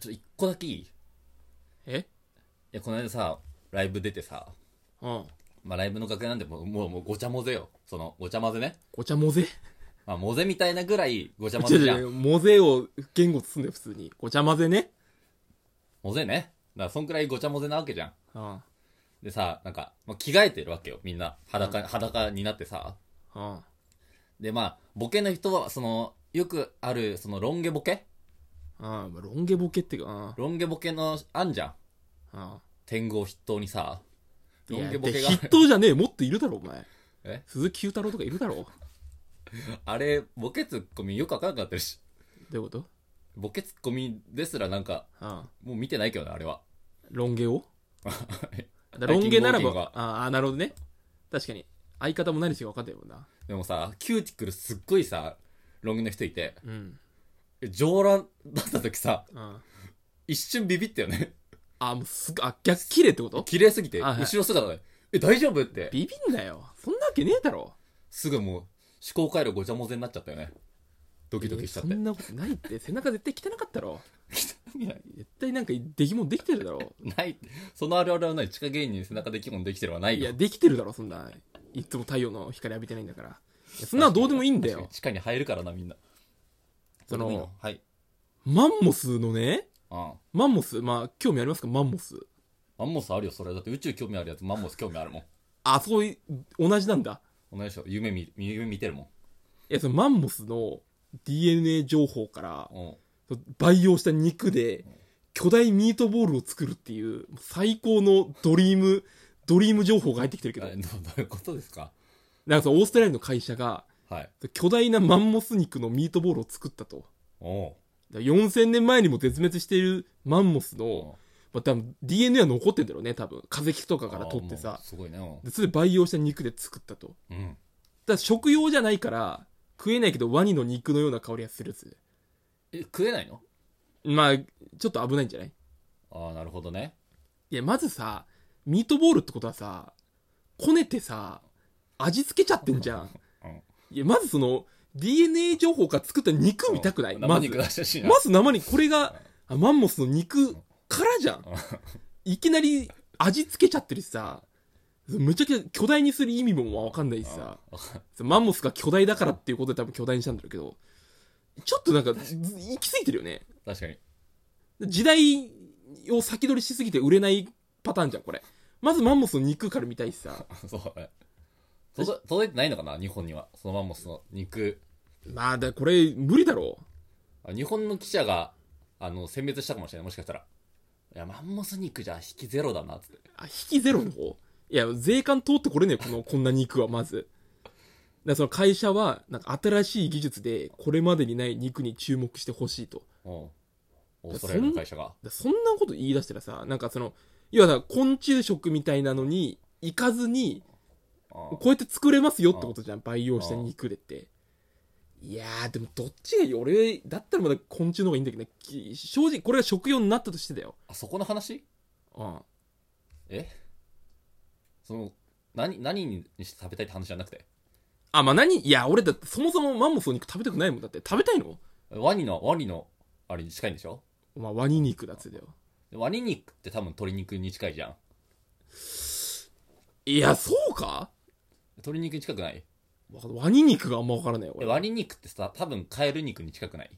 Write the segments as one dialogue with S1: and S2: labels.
S1: ちょっと一個だけいいい
S2: え
S1: や、この間さ、ライブ出てさ、
S2: うん。
S1: まあライブの楽屋なんでもう、もう、もうごちゃ混ぜよ。その、ごちゃ混ぜね。
S2: ごちゃもぜ
S1: まあ、モゼみたいなぐらいごちゃ混
S2: 違う
S1: ぜじゃ
S2: 違
S1: ん。
S2: う、もぜを言語とすんだよ、普通に。ごちゃまぜね。
S1: モゼね。だから、そんくらいごちゃ混ぜなわけじゃん。
S2: うん。
S1: でさ、なんか、まあ、着替えてるわけよ。みんな、裸、裸になってさ。
S2: うん。
S1: で、まあ、ボケの人は、その、よくある、その、ロン毛ボケ
S2: うん。ロン毛ボケっていうか、
S1: ロン毛ボケの、あんじゃん。
S2: うん。うん。
S1: 天狗を筆頭にさ、ロン毛
S2: い
S1: ボ
S2: やで
S1: ケが、
S2: 筆頭じゃねえ、もっといるだろ、お前。
S1: え
S2: 鈴木九太郎とかいるだろ。ど
S1: あれ、ボケツッコミよくわかんなくなってるし。
S2: ういうこと
S1: ボケツッコミですらなんか、
S2: うん。
S1: もう見てないけどね、あれは。
S2: ロン毛 を
S1: い
S2: だロン毛なら
S1: ハイキングウォーキングが
S2: ば、ああ、なるほどね。確かに。相方も何してるか分かんないもんな。
S1: でもさ、キューティクルすっごいさ、ロン毛の人いて、
S2: うん。
S1: 上乱だった時さ、
S2: うん。
S1: 一瞬ビビったよね。
S2: あ、もうすぐ、あ、逆切れってこと
S1: 綺麗すぎて、
S2: はいはい
S1: 後ろ姿で、え、大丈夫って、
S2: ビビんなよ。そんなわけねえだろ。
S1: すぐもう、思考回路ごちゃ混ぜになっちゃったよね。ドキドキしちゃって
S2: そ。んなことないって。背中絶対汚かったろ。
S1: いや
S2: 絶対なんか出来もんできてるだろ。
S1: ない、そのあるあるはない、地下芸人に背中で基本できてるはない
S2: いや、
S1: よ。
S2: できてるだろ、そんな。いつも太陽の光浴びてないんだから。いやそんなのどうでもいいんだ
S1: 確
S2: よ
S1: かに。地下に入るからな、みんな。
S2: その
S1: どうでもいいはい。
S2: マンモスのね、
S1: うん。
S2: マンモス、まあ、興味ありますかマンモス。
S1: マンモスあるよ、それ。だって宇宙興味あるやつ、マンモス興味あるもん。
S2: あ、そうい、同じなんだ。
S1: 同じでしょ。夢見、夢見てるも
S2: いや、そのマンモスの DNA 情報から
S1: ん。、うん。
S2: 培養した肉で、巨大ミートボールを作るっていう、最高のドリーム、ドリーム情報が入ってきてるけど
S1: あ、どどういうことですか
S2: なんかそのオーストラリアの会社が、
S1: はい。
S2: 巨大なマンモス肉のミートボールを作ったと。
S1: おう
S2: だから4000年前にも絶滅しているマンモス
S1: う
S2: の、
S1: ん。
S2: まあ、多分 DNA は残ってんだろうね多分化石とかから取
S1: あ
S2: って
S1: ーも
S2: さ
S1: うすごいね。う
S2: でそれで培養した肉で作ったとだか
S1: んうん。
S2: ら食用じゃないから食えないけどワニの肉のような香りがするやつ
S1: え、食えないの
S2: まあちょっと危ないんじゃない
S1: ああ、なるほどね。
S2: いやまずさミートボールってことはさこねてさ味付けちゃってんじゃん
S1: うん。
S2: いやまずその DNA 情報から作った肉見たくない
S1: うん
S2: ま
S1: 生
S2: ず
S1: 肉出してほしいな。
S2: まず生にこれがあマンモスの肉からじゃん
S1: うん
S2: いきなり味付けちゃってるしさ、むちゃくちゃ巨大にする意味もわかんないしさ、マンモスが巨大だからっていうことで多分巨大にしたんだろうけど、ちょっとなんか、ず行き過ぎてるよね。
S1: 確かに。
S2: 時代を先取りしすぎて売れないパターンじゃん、これ。まずマンモスの肉から見たいしさ。
S1: そうだね。届届いてないのかな日本には。そのマンモスの肉。
S2: まあ、だこれ無理だろ
S1: あ日本の記者が、あの、選別したかもしれない。もしかしたら。いや、マンモス肉じゃ引きゼロだな、つって。
S2: あ、引きゼロの方いや、税関通ってこれねえよ、この、こんな肉は、まず。だからその会社は、なんか新しい技術で、これまでにない肉に注目してほしいと。
S1: おうオーストラリアの会社が。
S2: だそんなこと言い出したらさなんかその要はさ昆虫食みたいなのに行かずに
S1: あ
S2: こうやって作れますよってことじゃん培養した肉でっていやーでもどっちがいい俺だったらまだ昆虫の方がいいんだけどねき正直これが食用になったとしてだよ
S1: あそこの話
S2: うん
S1: えその、何、何にして食べたいって話じゃなくて。
S2: あまあ何いや俺だってそもそもマンモスの肉食べたくないもんだって食べたいの
S1: ワニの、ワニの、あれに近いんでしょ
S2: お前ワニ肉だっつってたよ
S1: でワニ肉って多分鶏肉に近いじゃん。
S2: いやそうか
S1: 鶏肉に近くない
S2: わワニ肉があんま分からない
S1: で
S2: 俺
S1: ワニ肉ってさ、多分カエル肉に近くない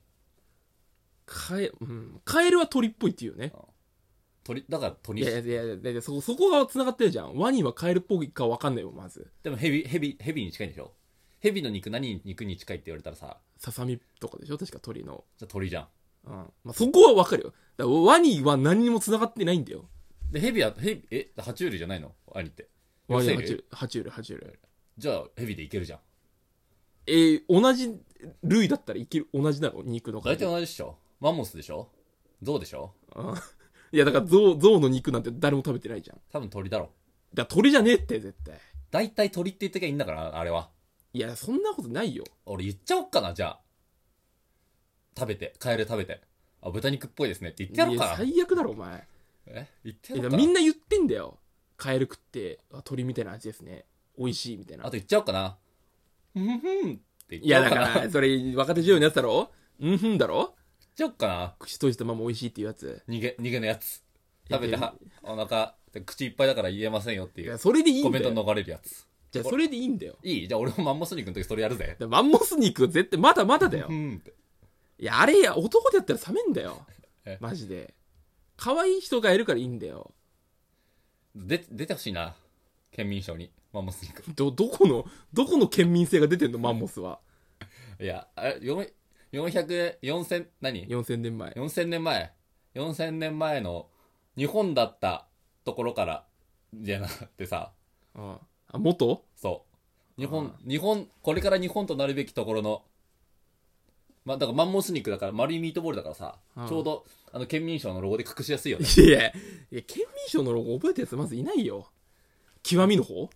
S2: カエ,、うん、カエルは鳥っぽいっていうよね
S1: 鳥、だから
S2: い
S1: 鳥
S2: やいやいやいやいやそこそこが繋がってるじゃんワニはカエルっぽいか分かんないよまず
S1: でもヘビ、ヘビ、ヘビに近いんでしょヘビの肉何に肉に近いって言われたらさ、
S2: ささみとかでしょ確か鳥の、
S1: じゃあ鳥じゃん。
S2: うんまあ、そこは分かるよだからワニは何にも繋がってないんだよ
S1: で、ヘビは、ヘビ、え、爬虫類じゃないのワニって。
S2: ワニ
S1: 両
S2: は爬
S1: 生類
S2: 虫爬虫類爬虫類
S1: じゃあヘビでいけるじゃん。
S2: えー、同じ類だったらいける同じなの肉の
S1: 大
S2: 感
S1: 体
S2: じ
S1: 同じでしょマンモスでしょゾウでしょ
S2: うんいやだからゾウゾウの肉なんて誰も食べてないじゃん
S1: 多分鳥だろ。
S2: だから鳥じゃねえって絶対
S1: 大体鳥って言ってきゃいいんだから、あれは。
S2: いやそんなことないよ
S1: 俺言っちゃおっかな、じゃあ。食べて、カエル食べて。あ、豚肉っぽいですねって言ってやろう
S2: い
S1: かな。
S2: 最悪だろお前
S1: え言って
S2: い
S1: や
S2: や
S1: ろうから
S2: だか
S1: な
S2: みんな言ってんだよカエル食ってあ鳥みたいな味ですね美味しいみたいな
S1: あと言っちゃおうかな。うんふんって言っ
S2: い
S1: ちゃ
S2: や
S1: おう
S2: だ
S1: かな。
S2: か
S1: 言っ
S2: ら、それ、若手女優のやつだろうんふんだろ
S1: ちちゃおっかな。
S2: 口閉じたまま美味しいっていうやつ
S1: 逃げ、逃げのやつ。食べては、お腹、口いっぱいだから言えませんよって
S2: い
S1: いう
S2: や。それでいい
S1: コ
S2: ん
S1: メ
S2: だ
S1: ント
S2: よ
S1: 逃れるやつ。
S2: じゃあそれでいいんだよ
S1: いいじゃあ俺もマンモス肉の時それやるぜ。
S2: でマンモス肉は絶対まだまだだよ
S1: うんって。
S2: いやあれや男でやったら冷めんだよ
S1: え
S2: マジで可愛い人がいるからいいんだよ
S1: で、出てほしいな。県民賞に。マンモス肉。
S2: どどこのどこの県民性が出てんのマンモスはい
S1: や、あれ、よん400、4000、何
S2: 4000年前
S1: ?4000 年前。4000年前の日本だったところから、じゃなくてさ、
S2: ああ元
S1: そう。日本
S2: あ、
S1: 日本、これから日本となるべきところの、ま、だからマンモス肉だから、丸いミートボールだからさ
S2: うん、
S1: ちょうど、あの、県民賞のロゴで隠しやすいよね。
S2: いやいや県民賞のロゴ覚えたやつまずいないよ極み の方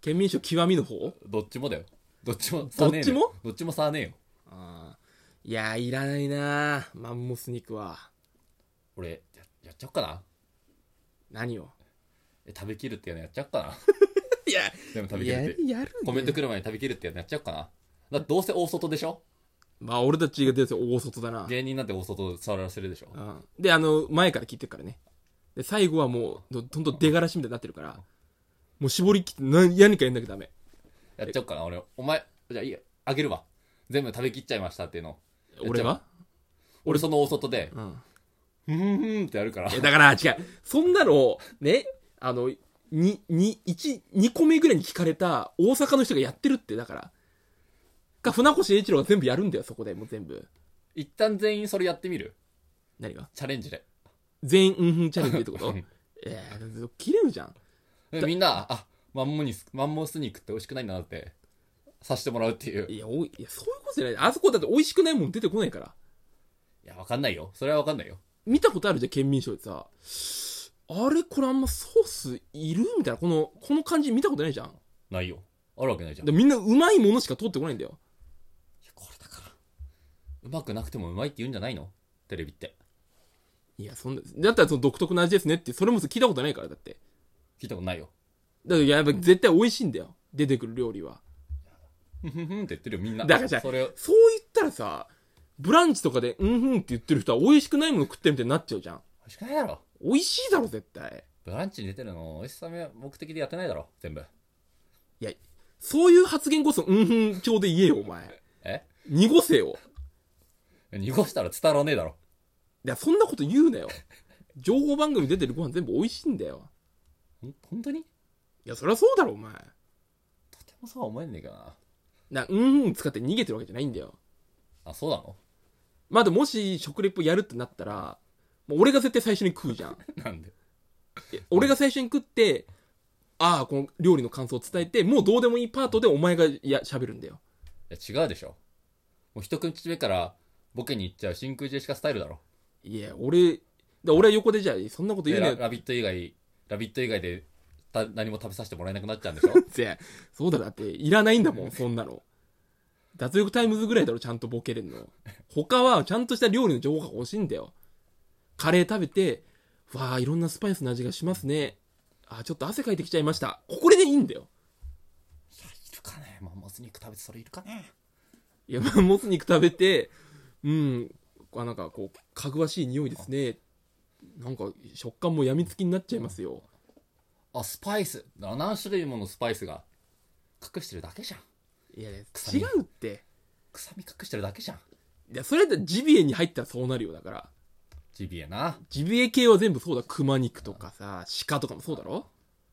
S2: 県民賞極みの方
S1: どっちもだよ。どっちも差ねえのよ、
S2: ど
S1: ど
S2: っち
S1: っちも差ねえよ。
S2: ああいやいらないなマンモス肉は
S1: 俺、ややっちゃおっかな。
S2: 何を
S1: え食べきるっていうのやっちゃおっかな。
S2: いや
S1: でも食べき
S2: や
S1: るって。
S2: るやる
S1: コメント来る前に食べきるっていうのやっちゃおっかな。だってどうせ大外でしょ
S2: まあ俺たちが出てる大外だな
S1: 芸人なんて大外触らせるでしょ
S2: うんであの前から聞いてるからねで最後はもうどどんどん出がらしみたいになってるからもう絞り切って何何かやんなきゃダメ
S1: やっちゃおっかな、俺。お前、じゃあいいよ。あげるわ。全部食べきっちゃいましたっていうの。
S2: 俺は
S1: 俺その大外で、
S2: うん
S1: ふんふんふんってやるから。
S2: えだから違うそんなのねあのにに一2個目ぐらいに聞かれた大阪の人がやってるってだからか船越英一郎が全部やるんだよそこでもう全部
S1: 一旦全員それやってみる
S2: 何が
S1: チャレンジで。
S2: 全員うんふんチャレンジってこと
S1: うん
S2: ええ切れるじゃん
S1: でみんな、あ、マンモニス、マンモス肉って美味しくないんだなって、さしてもらうっていう。い
S2: いやおいいやそういうことじゃないあそこだって美味しくないもん出てこないから
S1: や、わかんないよ。それはわかんないよ。
S2: 見たことあるじゃん県民賞でさあれこれあんまソースいるみたいなこのこの感じ見たことないじゃん
S1: ないよ。あるわけないじゃん。い
S2: でみんなうまいものしか通ってこないんだよ
S1: やこれだから。うまくなくてもうまいって言うんじゃないのテレビって。
S2: いやそんなだったらその独特な味ですねってそれも聞いたことないからだって
S1: 聞いたことないよ。
S2: だからやっぱ絶対美味しいんだよ出てくる料理は
S1: ふんふんふんって言ってるよ、みんな。
S2: だからじゃあ
S1: それを、
S2: そう言ったらさブランチとかでうんふんって言ってる人は美味しくないもの食ってるみたいになっちゃうじゃん
S1: 美味しくないだろ。
S2: 美味しいだろ絶対
S1: ブランチに出てるの、美味しさ目的でやってないだろ、全部。
S2: いやそういう発言こそうんふん調で言えよお前
S1: え
S2: 濁せよ
S1: 濁したら伝わらねえだろ。
S2: いやそんなこと言うなよ情報番組出てるご飯全部美味しいんだよ
S1: ほん、本当に
S2: いや、そりゃそうだろ、お前。
S1: とてもそうは思えんねえかな。
S2: な、うんうん使って逃げてるわけじゃないんだよ。
S1: あ、そうなの
S2: まあ、でももし食レポやるってなったら、もう俺が絶対最初に食うじゃん。
S1: なんで
S2: え俺が最初に食って、ああ、この料理の感想を伝えて、もうどうでもいいパートでお前がいや喋るんだよ。
S1: いや違うでしょもう一口目からボケに行っちゃう真空ジェシカスタイルだろ
S2: いや、俺、だ俺は横でじゃあ、そんなこと言
S1: で
S2: うな
S1: ラ
S2: よっ
S1: ラビット以外ラビット以外でた何も食べさせてもらえなくなっちゃうんでしょ
S2: て、そうだ、だって、いらないんだもん、そんなの。脱力タイムズぐらいだろ、ちゃんとボケれんの。他は、ちゃんとした料理の情報が欲しいんだよ。カレー食べて、わあ、いろんなスパイスの味がしますね。あー、ちょっと汗かいてきちゃいました。これでいいんだよ。
S1: いるかねマンモス肉食べてそれいるかね
S2: いや、まあ、もつ肉食べて、うん、あなんかこう、かぐわしい匂いですね。なんか、食感も病みつきになっちゃいますよ。
S1: あスパイスあ何種類ものスパイスが隠してるだけじゃん
S2: いや、違
S1: 臭み
S2: うって。
S1: 臭み隠してるだけじゃん
S2: いや、それだったらジビエに入ったらそうなるよ、だから。
S1: ジビエな
S2: ジビエ系は全部そうだ。熊肉とかさ、鹿とかもそうだろ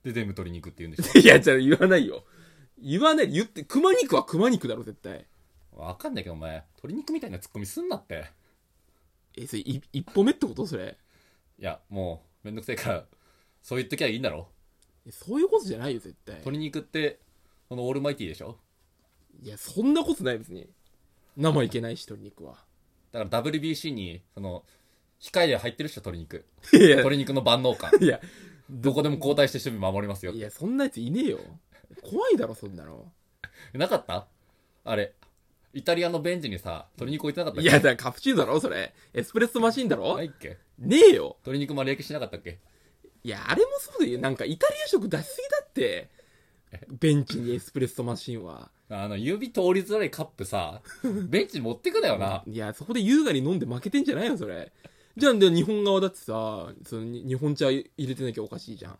S1: で全部鶏肉って言うんでし
S2: いや、じゃあ言わないよ。言わない。言って、熊肉は熊肉だろ、絶対。
S1: ょわかんないけどお前鶏肉みたいなツッコミすんなって
S2: え、それ、い一歩目ってことそれ。
S1: いやもうめんどくせえからそう言っときゃいいんだろ
S2: えそういうことじゃないよ、絶対。
S1: 鶏肉ってこのオールマイティーでしょ
S2: いや、そんなことない、別に。生いけないし、鶏肉は。
S1: だから WBC に、その、控えで入ってるっしょ、鶏肉。
S2: いや、
S1: 鶏肉の万能 感。
S2: いや、
S1: どこでも交代して守備守りますよ
S2: い。や、そんなやついねえよ。怖いだろ、そんなの。
S1: なかったあれ、イタリアのベンチにさ、鶏肉置いてなかったっ
S2: い
S1: け
S2: や、だからカプチーノだろ、それ。エスプレッソマシーンだろ
S1: ないっけ
S2: ねえよ。
S1: 鶏肉丸焼きしなかったっけ
S2: いや、あれもそうだよ。なんか、イタリア食出しすぎだって。ベンチにエスプレッソマシーンは。
S1: あの、指通りづらいカップさ、ベンチ持ってくだよ な。
S2: いや、そこで優雅に飲んで負けてんじゃないのそれ。じゃあ、で日本側だってさ、そのに日本茶入れてなきゃおかしいじゃん。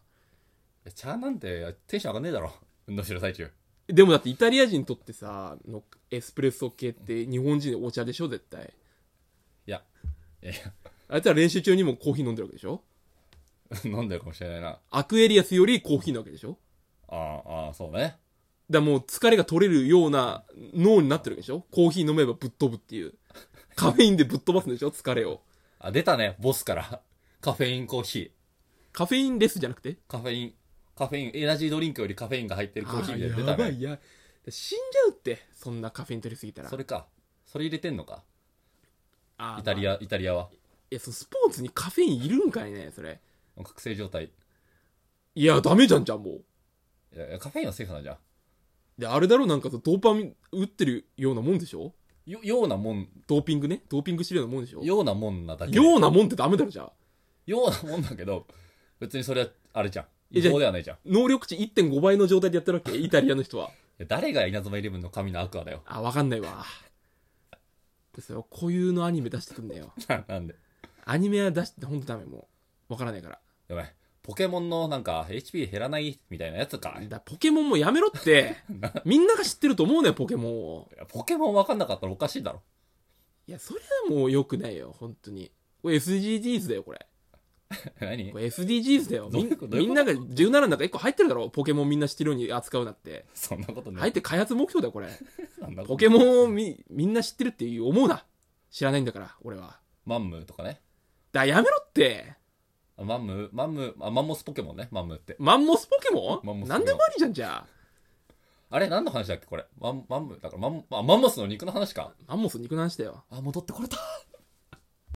S1: 茶なんてテンション上がんねえだろ。運動してる最中。
S2: でもだってイタリア人にとってさ、のエスプレッソ系って日本人でお茶でしょ絶対。
S1: いや、いやいや、
S2: あいつら練習中にもコーヒー飲んでるわけでしょ
S1: 飲んでるかもしれないな。
S2: アクエリアスよりコーヒーなわけでしょ
S1: ああ、ああ、そうね。
S2: だからもう疲れが取れるような脳になってるわけでしょコーヒー飲めばぶっ飛ぶっていう。カフェインでぶっ飛ばすんでしょ疲れを。
S1: あ、出たね、ボスから。カフェインコーヒー。
S2: カフェインレスじゃなくて
S1: カフェイン、カフェイン、エナジードリンクよりカフェインが入ってるコーヒーみたいなの出
S2: あやば
S1: たね。
S2: いや。死んじゃうって。そんなカフェイン取りすぎたら。
S1: それか。それ入れてんのか。
S2: あー
S1: イタリ
S2: まあ
S1: ア、イタリアは。
S2: いや、そのスポーツにカフェインいるんかいね、それ。
S1: 覚醒状態。
S2: いや、ダメじゃんじゃん、もう。
S1: いやいやカフェインはセーフなんじゃん。
S2: で、あれだろ、なんかそうドーパミン打ってるようなもんでしょ
S1: よ、ようなもん、
S2: ドーピングね。ドーピングしてるようなもんでしょ
S1: ようなもんなだけで。
S2: ようなもんってダメだろ、じゃあ。
S1: ようなもんだけど、別にそれは、あれじゃん。
S2: え
S1: 違
S2: じゃあ
S1: 法ではないじゃん。い
S2: 能力値1.5倍の状態でやってるわけ、イタリアの人は。
S1: や誰が稲妻イレブンの神のアクアだよ。
S2: あ、わかんないわ。ですよ、固有のアニメ出してくんだよ。
S1: ななんで。
S2: アニメは出して、ほんとダメ、もう。わからないから。
S1: やばい。ポケモンのなんか HP 減らないみたいなやつか。い
S2: だポケモンもやめろ って。みんなが知ってると思うね、ポケモンを。
S1: やポケモン分かんなかったらおかしいだろ。
S2: いや、それはもう良くないよ、本当に。これ SDGs だよ、これ。
S1: 何
S2: これ SDGs だよ。み
S1: ど
S2: ん
S1: ういうことどうい
S2: み
S1: うんこ
S2: なが17の中1個入ってるだろ、ポケモンみんな知ってるように扱うなって。
S1: そんなことな
S2: 入っ
S1: い。
S2: て開発目標だよ、これ。
S1: そんなこと
S2: ポケモンをみ、みんな知ってるっていう思うな。知らないんだから、俺は。
S1: マンムーとかね。
S2: だ、やめろって。
S1: あマンムー、マンムー、あマンモスポケモンね、マンムーって。
S2: マンモスポケモ
S1: マンモスポケモン
S2: ンなんでもありじゃん、じゃ
S1: あれ何の話だっけこれ。マン、マンムーだからマン、あマンモスの肉の話か
S2: あ。マンモス肉の話だよ。
S1: あ、戻ってこれた。